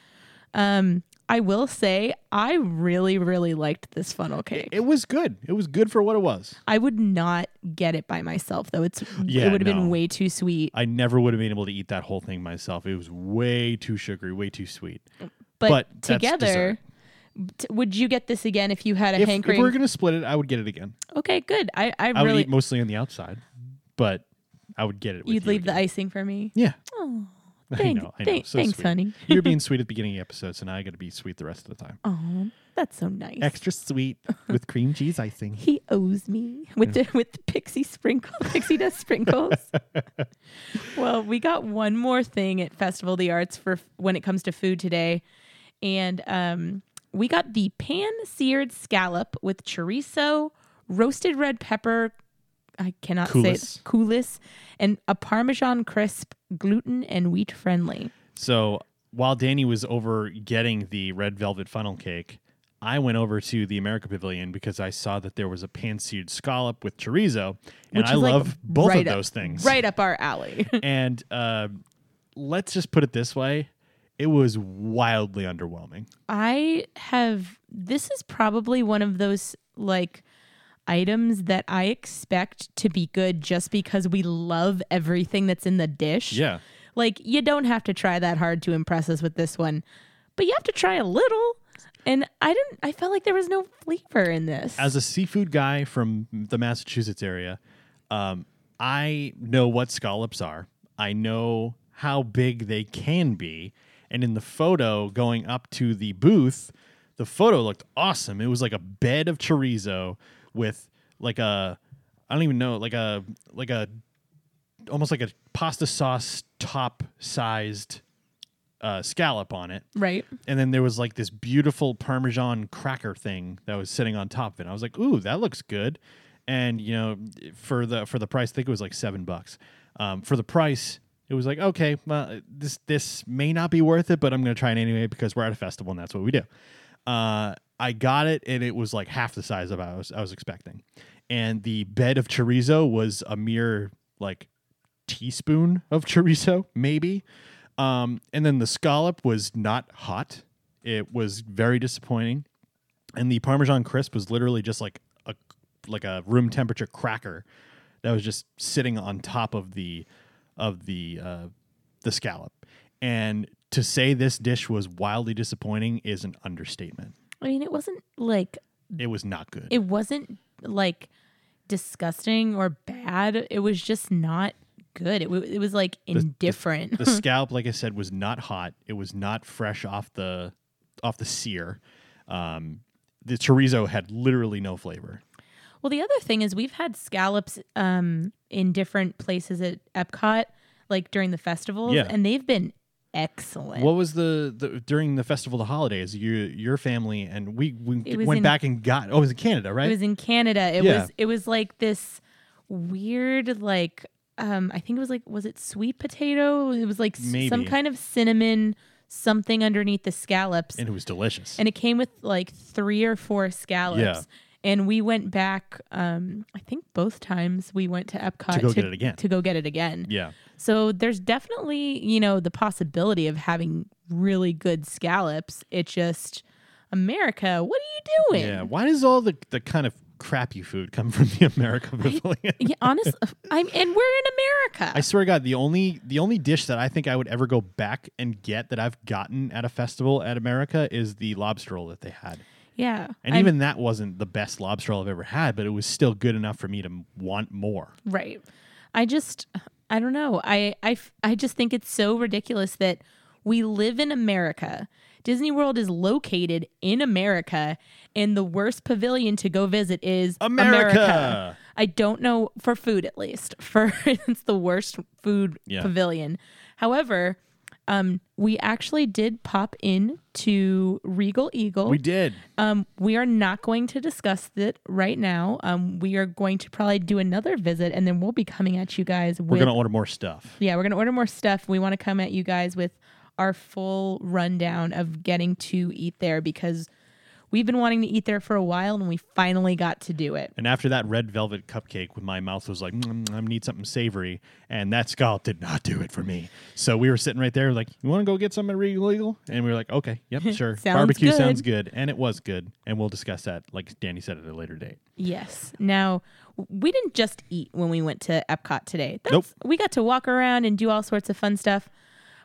Speaker 2: Um, I will say, I really, really liked this funnel cake.
Speaker 1: It was good. It was good for what it was.
Speaker 2: I would not get it by myself, though. It's
Speaker 1: Yeah,
Speaker 2: it would have
Speaker 1: no. Uh,
Speaker 2: been way too sweet.
Speaker 1: I never would have been able to eat that whole thing myself. It was way too sugary, way too sweet.
Speaker 2: But,
Speaker 1: but that's dessert.
Speaker 2: together, t- would you get this again if you had a
Speaker 1: If, if we
Speaker 2: hankering?
Speaker 1: were going to split it, I would get it again.
Speaker 2: okay, good. I, I
Speaker 1: I would
Speaker 2: really
Speaker 1: eat mostly on the outside, but I would get it. With
Speaker 2: you'd
Speaker 1: you
Speaker 2: leave the
Speaker 1: again.
Speaker 2: icing for me.
Speaker 1: Yeah. (laughs)
Speaker 2: Oh,
Speaker 1: I
Speaker 2: thank-
Speaker 1: know. I know.
Speaker 2: thank-
Speaker 1: so
Speaker 2: thanks,
Speaker 1: sweet.
Speaker 2: honey.
Speaker 1: (laughs) You're being sweet at the beginning of the episode, so now I got to be sweet the rest of the
Speaker 2: (laughs)
Speaker 1: time.
Speaker 2: oh, that's so nice.
Speaker 1: Extra sweet with cream cheese icing.
Speaker 2: He owes me with the with the pixie sprinkle, (laughs) pixie
Speaker 1: (laughs)
Speaker 2: dust sprinkles. well, we got one more thing at Festival of the Arts for when it comes to food today, and um, we got the pan seared scallop with chorizo, roasted red pepper. I cannot say
Speaker 1: Coulis.
Speaker 2: it. Coulis and a Parmesan crisp, gluten and wheat friendly.
Speaker 1: So while Danny was over getting the red velvet funnel cake, I went over to the America Pavilion because I saw that there was a pan-seared scallop with chorizo, and
Speaker 2: Which
Speaker 1: I
Speaker 2: is, like,
Speaker 1: love both
Speaker 2: right
Speaker 1: of
Speaker 2: up-
Speaker 1: those things.
Speaker 2: Right up our alley.
Speaker 1: and uh, let's just put it this way it was wildly underwhelming
Speaker 2: I have this is probably one of those like items that I expect to be good just because we love everything that's in the dish. Like you don't have to try that hard to impress us with this one, but you have to try a little. And I didn't I felt like there was no flavor in this.
Speaker 1: as a seafood guy from the massachusetts area um, i know what scallops are i know how big they can be and in the photo going up to the booth the photo looked awesome it was like a bed of chorizo with like a i don't even know like a like a almost like a pasta sauce top sized uh, scallop on it
Speaker 2: right?
Speaker 1: and then there was like this beautiful parmesan cracker thing that was sitting on top of it. And I was like, "Ooh, that looks good." And you know, for the for the price, I think it was like seven bucks. Um, for the price, it was like, okay, well, this this may not be worth it, but I'm gonna try it anyway because we're at a festival and that's what we do. Uh, I got it, and it was like half the size of I was I was expecting. And the bed of chorizo was a mere like teaspoon of chorizo, maybe. Um, and then the scallop was not hot. It was very disappointing. And the Parmesan crisp was literally just like a like a room temperature cracker that was just sitting on top of the of the uh, the scallop. And to say this dish was wildly disappointing is an understatement.
Speaker 2: I mean it wasn't like
Speaker 1: It was not good.
Speaker 2: it wasn't like disgusting or bad. It was just not good. It, w- it was like indifferent.
Speaker 1: the scallop, like I said, was not hot. It was not fresh off the off the sear. Um, the chorizo had literally no flavor.
Speaker 2: Well, the other thing is we've had scallops um, in different places at Epcot, like during the festivals,
Speaker 1: Yeah.
Speaker 2: and they've been excellent.
Speaker 1: What was the, the during the festival, the holidays? You, your family, and we, we
Speaker 2: It was
Speaker 1: went
Speaker 2: in-
Speaker 1: back and got. Oh, it was in Canada,
Speaker 2: it
Speaker 1: right?
Speaker 2: was in Canada. It
Speaker 1: Yeah.
Speaker 2: was it was like this weird like um, I think it was like was it sweet potato? It was like s-
Speaker 1: Maybe.
Speaker 2: some kind of cinnamon something underneath the scallops,
Speaker 1: and it was delicious.
Speaker 2: and it came with like three or four scallops.
Speaker 1: Yeah.
Speaker 2: and we went back. Um, I think both times we went to Epcot
Speaker 1: To go get it again.
Speaker 2: To go get it again.
Speaker 1: Yeah.
Speaker 2: So there's definitely you know the possibility of having really good scallops. It just America, what are you doing?
Speaker 1: Yeah. Why does all the, the kind of crappy food come from the (laughs) American Pavilion?
Speaker 2: Yeah, honestly, (laughs) I'm, and we're in America.
Speaker 1: I swear to God, the only the only dish that I think I would ever go back and get that I've gotten at a festival at America is the lobster roll that they had.
Speaker 2: yeah,
Speaker 1: And
Speaker 2: I'm-
Speaker 1: even that wasn't the best lobster roll I've ever had, but it was still good enough for me to m- want more.
Speaker 2: Right. I just, I don't know. I, I, f- I just think it's so ridiculous that we live in America. Disney World is located in America, and the worst pavilion to go visit is
Speaker 1: America.
Speaker 2: I don't know for food, at least. (laughs) For it's the worst food
Speaker 1: Yeah.
Speaker 2: pavilion. However, um, we actually did pop in to Regal Eagle.
Speaker 1: We did.
Speaker 2: Um, we are not going to discuss it right now. Um, we are going to probably do another visit, and then we'll be coming at you guys with
Speaker 1: We're gonna order more stuff.
Speaker 2: yeah, we're gonna order more stuff. We want to come at you guys with our full rundown of getting to eat there because we've been wanting to eat there for a while, and we finally got to do it.
Speaker 1: And after that red velvet cupcake, with my mouth was like, "Mm, I need something savory, and that scallop did not do it for me. So we were sitting right there, like, you want to go get something at Regal Eagle? And we were like, okay, (laughs) yep, sure.
Speaker 2: Sounds
Speaker 1: Barbecue
Speaker 2: good.
Speaker 1: sounds good, and it was good, and we'll discuss that, like Danny said, at a later date.
Speaker 2: Yes. Now w- we didn't just eat when we went to Epcot today. That's,
Speaker 1: Nope.
Speaker 2: We got to walk around and do all sorts of fun stuff.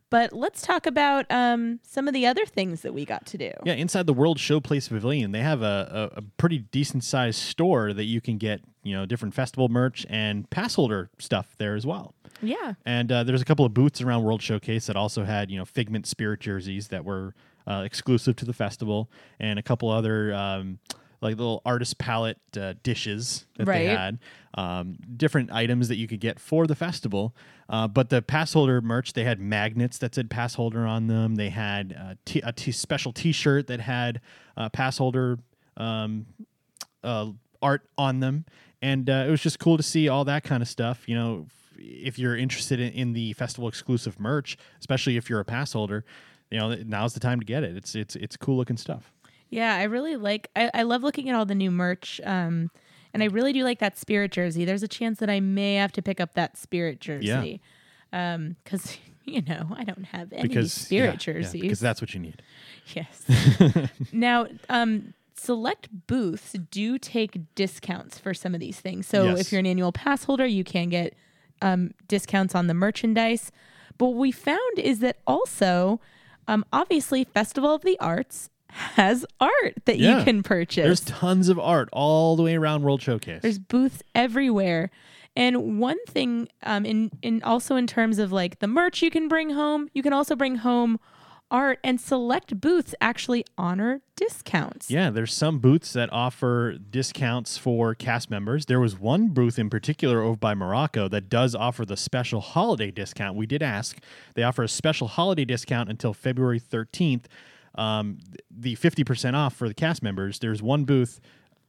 Speaker 2: But let's talk about um, some of the other things that we got to do.
Speaker 1: Yeah, inside the World Showplace Pavilion, they have a, a, a pretty decent sized store that you can get, you know, different festival merch and pass holder stuff there as well.
Speaker 2: yeah.
Speaker 1: And uh, there's a couple of booths around World Showcase that also had, you know, Figment Spirit jerseys that were uh, exclusive to the festival, and a couple other um, like little artist palette uh, dishes that they
Speaker 2: Right.
Speaker 1: had, um, different items that you could get for the festival. Uh, but the pass holder merch, they had magnets that said pass holder on them. They had uh, t- a t- special T-shirt that had uh, pass holder um, uh, art on them, and uh, it was just cool to see all that kind of stuff. You know, f- if you're interested in, in the festival exclusive merch, especially if you're a pass holder, you know th- now's the time to get it. It's it's it's cool looking stuff.
Speaker 2: Yeah. I really like, I, I love looking at all the new merch. Um, and I really do like that spirit jersey. There's a chance that I may have to pick up that spirit jersey. Yeah. Because, (laughs) you know, I don't have any
Speaker 1: Because
Speaker 2: spirit
Speaker 1: yeah, yeah,
Speaker 2: jerseys.
Speaker 1: because that's what you need.
Speaker 2: (laughs)
Speaker 1: (laughs)
Speaker 2: Yes. now, um, select booths do take discounts for some of these things. So
Speaker 1: Yes.
Speaker 2: if you're an annual pass holder, you can get um, discounts on the merchandise. But what we found is that also, um, obviously, Festival of the Arts has art that
Speaker 1: Yeah.
Speaker 2: you can purchase.
Speaker 1: There's tons of art all the way around World Showcase.
Speaker 2: There's booths everywhere. And one thing, um, in in also in terms of like the merch you can bring home, you can also bring home art and select booths actually honor discounts.
Speaker 1: Yeah, there's some booths that offer discounts for cast members. There was one booth in particular over by Morocco that does offer the special holiday discount. We did ask. They offer a special holiday discount until February 13th. Um, th- the 50% off for the cast members. There's one booth.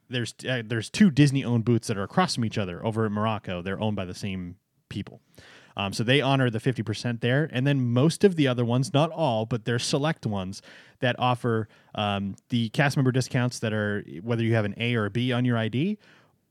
Speaker 1: There's uh, there's two Disney-owned booths that are across from each other over at Morocco. They're owned by the same people. Um, so they honor the 50% there. And then most of the other ones, not all, but there's select ones that offer um, the cast member discounts that are whether you have an A or a B on your ID,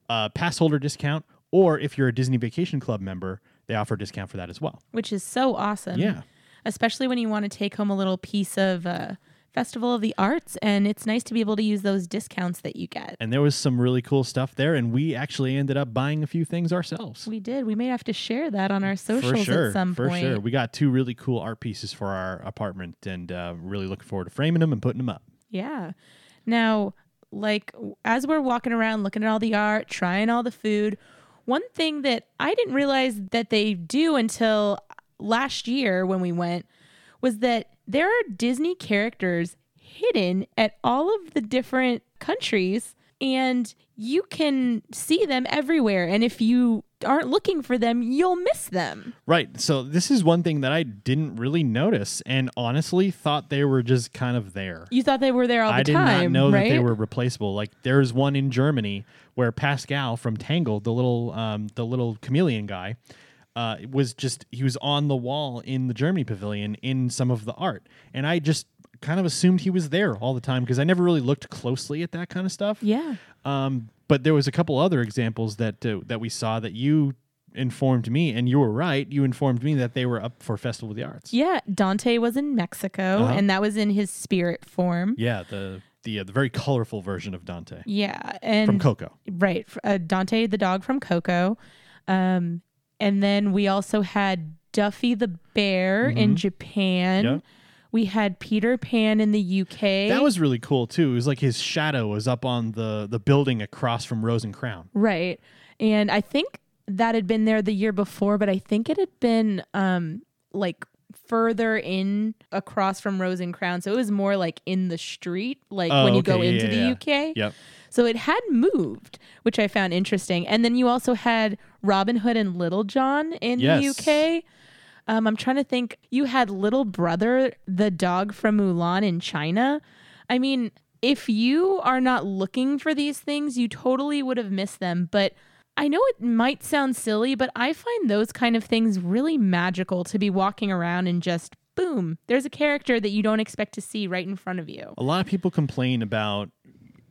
Speaker 1: uh, pass holder discount, or if you're a Disney Vacation Club member, they offer a discount for that as well.
Speaker 2: Which is so awesome.
Speaker 1: Yeah.
Speaker 2: Especially when you want to take home a little piece of uh, Festival of the Arts, and it's nice to be able to use those discounts that you get.
Speaker 1: And there was some really cool stuff there. And we actually ended up buying a few things ourselves.
Speaker 2: We did. We may have to share that on our socials
Speaker 1: for sure,
Speaker 2: at some
Speaker 1: for
Speaker 2: point.
Speaker 1: sure. We got two really cool art pieces for our apartment, and uh, really looking forward to framing them and putting them up.
Speaker 2: Yeah. Now, like w- as we're walking around looking at all the art, trying all the food, one thing that I didn't realize that they do until uh, last year when we went was that there are Disney characters hidden at all of the different countries and you can see them everywhere and if you aren't looking for them, you'll miss them.
Speaker 1: Right. So this is one thing that I didn't really notice and honestly thought they were just kind of there.
Speaker 2: You thought they were there all the
Speaker 1: I did
Speaker 2: time,
Speaker 1: not know
Speaker 2: right?
Speaker 1: that they were replaceable. Like there's one in Germany where Pascal from Tangled, the little um, the little chameleon guy, uh, was just he was on the wall in the Germany pavilion in some of the art. And I just kind of assumed he was there all the time because I never really looked closely at that kind of stuff.
Speaker 2: yeah.
Speaker 1: Um, But there was a couple other examples that uh, that we saw that you informed me, and you were right. You informed me that they were up for Festival of the Arts.
Speaker 2: Yeah, Dante was in Mexico,
Speaker 1: Uh-huh.
Speaker 2: and that was in his spirit form.
Speaker 1: Yeah, the the uh, the very colorful version of Dante
Speaker 2: Yeah, and
Speaker 1: from Coco.
Speaker 2: right, f- uh, Dante the dog from Coco, um, and then we also had Duffy the bear
Speaker 1: Mm-hmm.
Speaker 2: in Japan.
Speaker 1: Yep.
Speaker 2: We had Peter Pan in the UK.
Speaker 1: That was really cool too. It was like his shadow was up on the the building across from Rose and Crown.
Speaker 2: Right. And I think that had been there the year before, but I think it had been um like further in across from Rose and Crown. So it was more like in the street, like
Speaker 1: Oh,
Speaker 2: when you
Speaker 1: okay.
Speaker 2: go
Speaker 1: Yeah,
Speaker 2: into
Speaker 1: yeah, yeah.
Speaker 2: the UK.
Speaker 1: Yep.
Speaker 2: So it had moved, which I found interesting. And then you also had Robin Hood and Little John in
Speaker 1: Yes.
Speaker 2: the UK. Um, I'm trying to think. You had Little Brother, the dog from Mulan in China. I mean, if you are not looking for these things, you totally would have missed them. But I know it might sound silly, but I find those kind of things really magical to be walking around and just boom, there's a character that you don't expect to see right in front of you.
Speaker 1: A lot of people complain about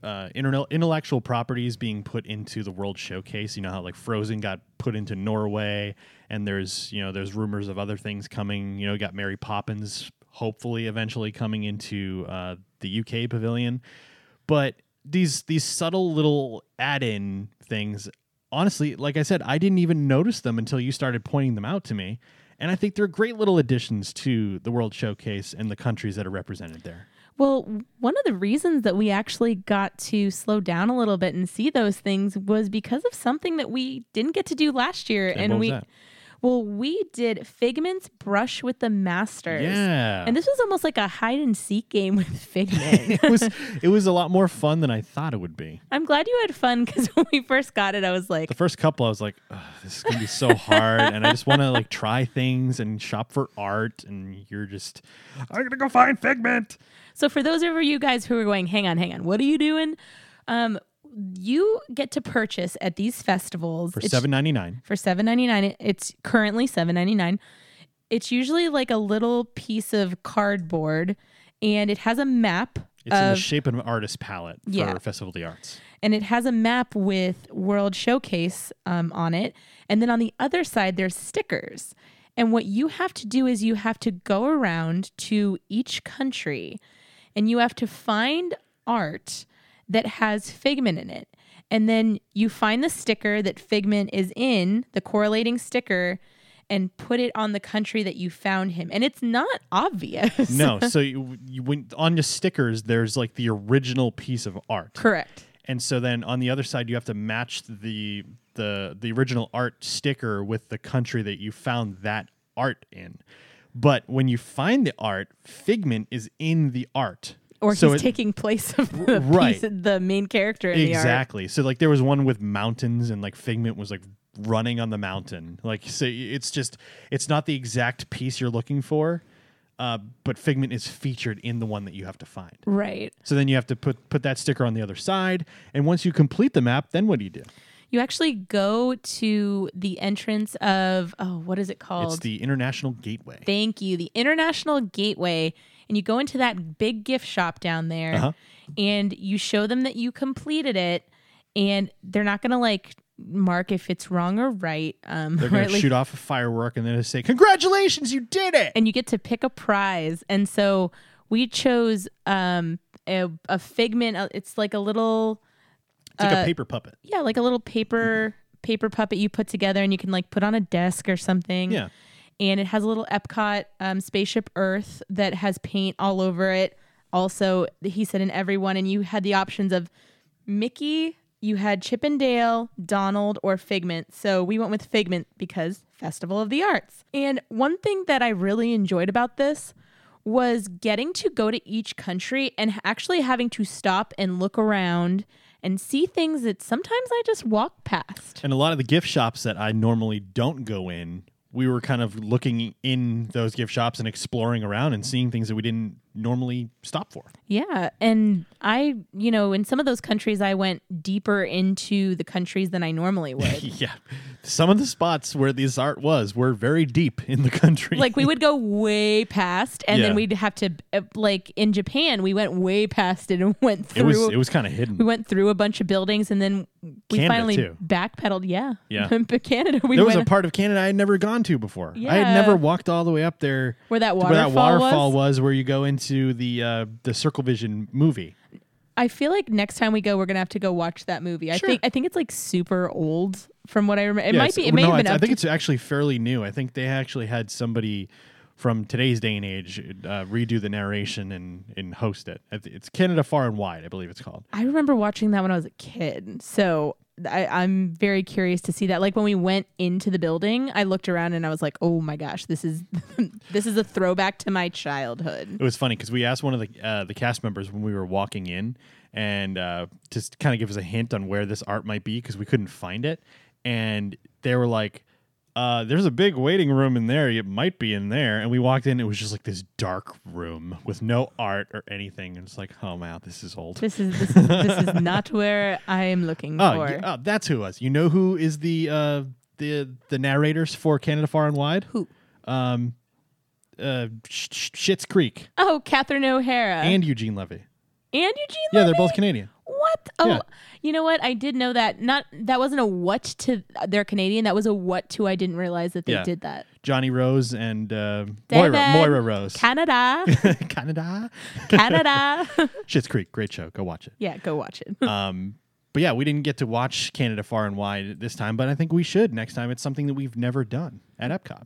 Speaker 1: uh, internet intellectual properties being put into the World Showcase. You know how like Frozen got put into Norway, and there's you know there's rumors of other things coming. You know, you got Mary Poppins hopefully eventually coming into uh, the UK pavilion, but these these subtle little add-in things. Honestly, like I said, I didn't even notice them until you started pointing them out to me. And I think they're great little additions to the World Showcase and the countries that are represented there.
Speaker 2: Well, one of the reasons that we actually got to slow down a little bit and see those things was because of something that we didn't get to do last year. And,
Speaker 1: what was
Speaker 2: we,
Speaker 1: that?
Speaker 2: well, we did Figment's Brush with the Masters.
Speaker 1: Yeah. (laughs)
Speaker 2: And this was almost like a hide and seek game with
Speaker 1: it
Speaker 2: Figment.
Speaker 1: was it was a lot more fun than I thought it would be.
Speaker 2: I'm glad you had fun because (laughs) when we first got it, I was like,
Speaker 1: The first couple I was like, "Ugh, this is gonna be so hard and I just wanna like try things and shop for art and you're just I'm gonna go find Figment.
Speaker 2: So for those of you guys who are going, hang on, hang on, what are you doing? Um, you get to purchase at these festivals
Speaker 1: For
Speaker 2: it's-
Speaker 1: seven ninety nine.
Speaker 2: for seven ninety nine. It's currently seven ninety nine. It's usually like a little piece of cardboard, and it has a map
Speaker 1: It's in the
Speaker 2: of
Speaker 1: shape of an artist palette for
Speaker 2: Yeah.
Speaker 1: Festival of the Arts.
Speaker 2: and it has a map with World Showcase um, on it. And then on the other side, there's stickers. And what you have to do is you have to go around to each country and you have to find art that has Figment in it. And then you find the sticker that Figment is in, the correlating sticker, and put it on the country that you found him. And it's not
Speaker 1: (laughs)
Speaker 2: obvious.
Speaker 1: No, so you, you when on your stickers there's like the original piece of art.
Speaker 2: Correct.
Speaker 1: and so then on the other side you have to match the the the original art sticker with the country that you found that art in but when you find the art figment is in the art
Speaker 2: Or
Speaker 1: so
Speaker 2: he's
Speaker 1: it-
Speaker 2: taking place of the,
Speaker 1: right.
Speaker 2: piece, the main character in the art.
Speaker 1: exactly so like there was one with mountains and like figment was like running on the mountain like so it's just it's not the exact piece you're looking for uh, but figment is featured in the one that you have to find
Speaker 2: Right.
Speaker 1: so then you have to put put that sticker on the other side and once you complete the map then what do you do
Speaker 2: You actually go to the entrance of oh, what is it called?
Speaker 1: It's the International Gateway.
Speaker 2: Thank you, the International Gateway, and you go into that big gift shop down there,
Speaker 1: Uh-huh.
Speaker 2: and you show them that you completed it, and they're not gonna like mark if it's wrong or right. Um, (laughs)
Speaker 1: They're
Speaker 2: or
Speaker 1: going
Speaker 2: at
Speaker 1: to
Speaker 2: least-
Speaker 1: shoot off a firework and then they say, Congratulations, you did it.
Speaker 2: and you get to pick a prize, and so we chose um a, a figment. uh, It's like a little
Speaker 1: It's
Speaker 2: Uh,
Speaker 1: like a paper puppet.
Speaker 2: yeah, like a little paper paper puppet you put together and you can like put on a desk or something.
Speaker 1: Yeah.
Speaker 2: And it has a little Epcot um, spaceship Earth that has paint all over it. Also, he said in everyone, and you had the options of Mickey, you had Chip and Dale, Donald, or Figment. So we went with Figment because Festival of the Arts. And one thing that I really enjoyed about this was getting to go to each country and actually having to stop and look around and see things that sometimes I just walk past.
Speaker 1: And a lot of the gift shops that I normally don't go in, we were kind of looking in those gift shops and exploring around and seeing things that we didn't normally stop for. (laughs)
Speaker 2: Yeah. And I, you
Speaker 1: (laughs)
Speaker 2: know, in some of those countries, I went deeper into the countries than I normally would.
Speaker 1: yeah. Some of the spots where this art was were very deep in the country.
Speaker 2: like we would go way past and
Speaker 1: Yeah.
Speaker 2: then we'd have to uh, like in Japan we went way past it and (laughs) went
Speaker 1: it
Speaker 2: through
Speaker 1: was it was kind of hidden.
Speaker 2: we went through a bunch of buildings and then we
Speaker 1: Canada,
Speaker 2: finally
Speaker 1: too.
Speaker 2: backpedaled yeah
Speaker 1: Yeah.
Speaker 2: (laughs) but Canada we
Speaker 1: there was
Speaker 2: went
Speaker 1: a part of Canada I had never gone to before. I had
Speaker 2: Yeah.
Speaker 1: never walked all the way up there
Speaker 2: where that
Speaker 1: to
Speaker 2: waterfall,
Speaker 1: where that waterfall
Speaker 2: was.
Speaker 1: was. where you go into the uh, the Circle Vision movie.
Speaker 2: I feel like next time we go we're gonna have to go watch that movie I
Speaker 1: Sure.
Speaker 2: think I think it's like super old from what I remember it
Speaker 1: Yeah,
Speaker 2: might
Speaker 1: it's-
Speaker 2: be it may
Speaker 1: no,
Speaker 2: have been
Speaker 1: I, I
Speaker 2: up
Speaker 1: think
Speaker 2: to-
Speaker 1: it's actually fairly new. I think they actually had somebody from today's day and age uh, redo the narration and and host it. I th- It's Canada Far and Wide, I believe it's called.
Speaker 2: I remember watching that when I was a kid. So I, I'm very curious to see that. Like when we went into the building, I looked around and I was like, "Oh my gosh, this is (laughs) this is a throwback to my childhood."
Speaker 1: It was funny because we asked one of the uh, the cast members when we were walking in, and uh, just kind of give us a hint on where this art might be because we couldn't find it, and they were like. Uh, there's a big waiting room in there. It might be in there. And we walked in. It was just like this dark room with no art or anything. And it's like, oh wow, this is old.
Speaker 2: This is this is, this is not where I am looking
Speaker 1: Oh,
Speaker 2: for.
Speaker 1: yeah, oh, that's who it was. You know who is the uh, the the narrators for Canada Far and Wide?
Speaker 2: Who?
Speaker 1: Um, uh, Sh- Sh- Schitt's Creek
Speaker 2: Oh, Catherine O'Hara and,
Speaker 1: and Eugene Levy.
Speaker 2: Eugene.
Speaker 1: Yeah, they're
Speaker 2: Levy?
Speaker 1: both Canadian.
Speaker 2: What? Oh,
Speaker 1: Yeah.
Speaker 2: you know what? I did know that. Not that wasn't a what to. They're Canadian. That was a what to. I didn't realize that they
Speaker 1: Yeah.
Speaker 2: did that.
Speaker 1: Johnny Rose and uh,
Speaker 2: David.
Speaker 1: Moira Moira Rose. (laughs)
Speaker 2: Canada,
Speaker 1: Canada.
Speaker 2: Canada. (laughs)
Speaker 1: Schitt's Creek, great show. Go watch it.
Speaker 2: yeah, go watch it.
Speaker 1: Um, but yeah, we didn't get to watch Canada Far and Wide this time, but I think we should next time. It's something that we've never done at Epcot.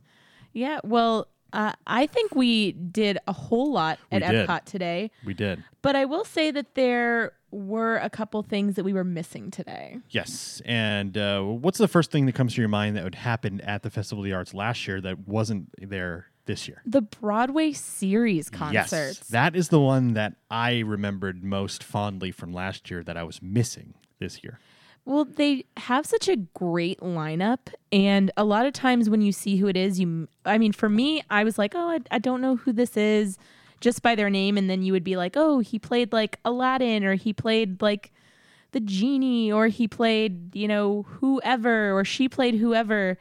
Speaker 2: Yeah, well, uh, I think we did a whole lot at
Speaker 1: We did.
Speaker 2: Epcot today,
Speaker 1: We did.
Speaker 2: but I will say that there were a couple things that we were missing today.
Speaker 1: Yes. And uh, what's the first thing that comes to your mind that would happen at the Festival of the Arts last year that wasn't there this year?
Speaker 2: The Broadway series concerts.
Speaker 1: Yes. That is the one that I remembered most fondly from last year that I was missing this year.
Speaker 2: well, they have such a great lineup, and a lot of times when you see who it is, you, I mean, for me, I was like, oh, I, I don't know who this is just by their name, and then you would be like, oh, he played like Aladdin, or he played like the genie or he played, you know, whoever or she played whoever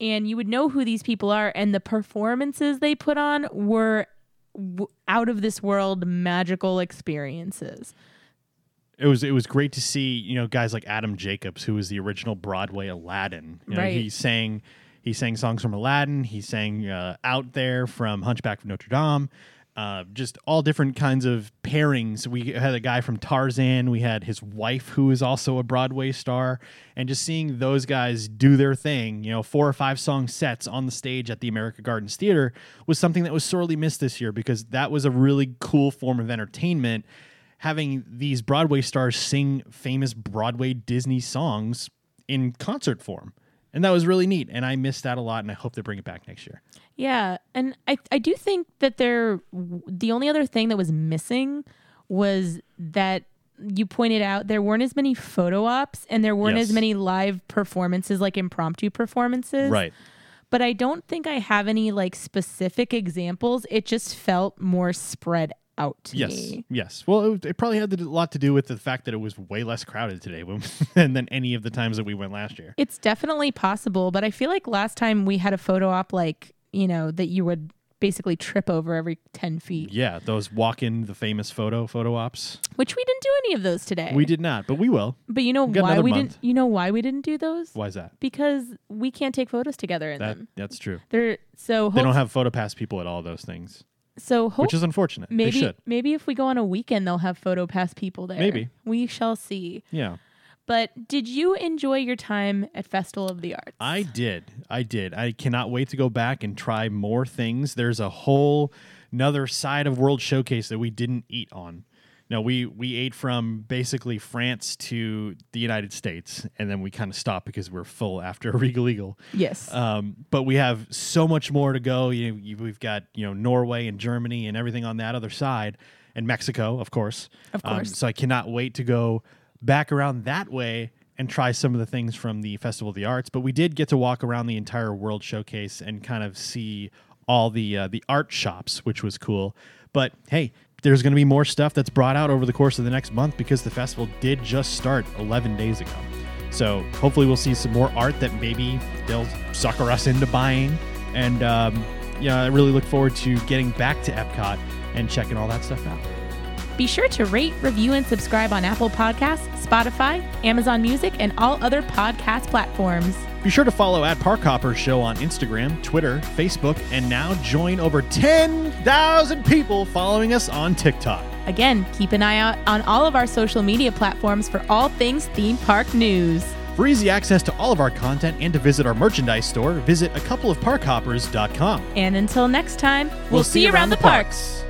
Speaker 2: and you would know who these people are and the performances they put on were w- out of this world magical experiences.
Speaker 1: it was it was great to see you know guys like Adam Jacobs, who was the original Broadway Aladdin. You know,
Speaker 2: Right.
Speaker 1: He sang he sang songs from Aladdin. He sang uh, out there from Hunchback of Notre Dame. Uh, just all different kinds of pairings. We had a guy from Tarzan. We had his wife, who is also a Broadway star, and just seeing those guys do their thing, you know, four or five song sets on the stage at the America Gardens Theater was something that was sorely missed this year because that was a really cool form of entertainment having these Broadway stars sing famous Broadway Disney songs in concert form. And that was really neat. And I missed that a lot. And I hope they bring it back next year.
Speaker 2: Yeah, and I I do think that there the only other thing that was missing was that you pointed out there weren't as many photo ops and there weren't
Speaker 1: Yes.
Speaker 2: as many live performances like impromptu performances. but I don't think I have any like specific examples. It just felt more spread out to
Speaker 1: Yes.
Speaker 2: me.
Speaker 1: Yes. Well, it, it probably had a lot to do with the fact that it was way less crowded today when, (laughs) than any of the times that we went last year.
Speaker 2: It's definitely possible, but I feel like last time we had a photo op like, you know, that you would basically trip over every 10 feet,
Speaker 1: Yeah. Those walk in, the famous photo, photo ops.
Speaker 2: which we didn't do any of those today.
Speaker 1: We did not, but we will.
Speaker 2: But you know
Speaker 1: got
Speaker 2: why
Speaker 1: another
Speaker 2: we
Speaker 1: month.
Speaker 2: didn't you know why we didn't do those?
Speaker 1: Why is that?
Speaker 2: Because we can't take photos together in
Speaker 1: That
Speaker 2: them.
Speaker 1: That's true.
Speaker 2: They're so
Speaker 1: They
Speaker 2: hope-
Speaker 1: don't have photo pass people at all those things,
Speaker 2: so hope
Speaker 1: which is unfortunate. they
Speaker 2: maybe
Speaker 1: should.
Speaker 2: maybe if we go on a weekend they'll have photo pass people there.
Speaker 1: Maybe.
Speaker 2: We shall see.
Speaker 1: Yeah.
Speaker 2: But did you enjoy your time at Festival of the Arts?
Speaker 1: I did. I did. I cannot wait to go back and try more things. There's a whole another side of World Showcase that we didn't eat on. Now we we ate from basically France to the United States, and then we kind of stopped because we're full after (laughs) Regal Eagle.
Speaker 2: Yes.
Speaker 1: Um, but we have so much more to go. You, you, we've got you know Norway and Germany and everything on that other side, and Mexico, of course.
Speaker 2: Of
Speaker 1: Um,
Speaker 2: course.
Speaker 1: so I cannot wait to go back around that way and try some of the things from the Festival of the Arts. But we did get to walk around the entire World Showcase and kind of see all the uh, the art shops, which was cool. But hey. There's going to be more stuff that's brought out over the course of the next month because the festival did just start 11 days ago. So hopefully we'll see some more art that maybe they'll sucker us into buying. And um, yeah, I really look forward to getting back to Epcot and checking all that stuff out.
Speaker 2: Be sure to rate, review, and subscribe on Apple Podcasts, Spotify, Amazon Music, and all other podcast platforms.
Speaker 1: Be sure to follow at Park Hopper Show on Instagram, Twitter, Facebook, and now join over 10,000 people following us on TikTok.
Speaker 2: Again, keep an eye out on all of our social media platforms for all things theme park news.
Speaker 1: For easy access to all of our content and to visit our merchandise store, visit a couple of parkhoppers.com.
Speaker 2: And until next time, we'll, see you around, the parks.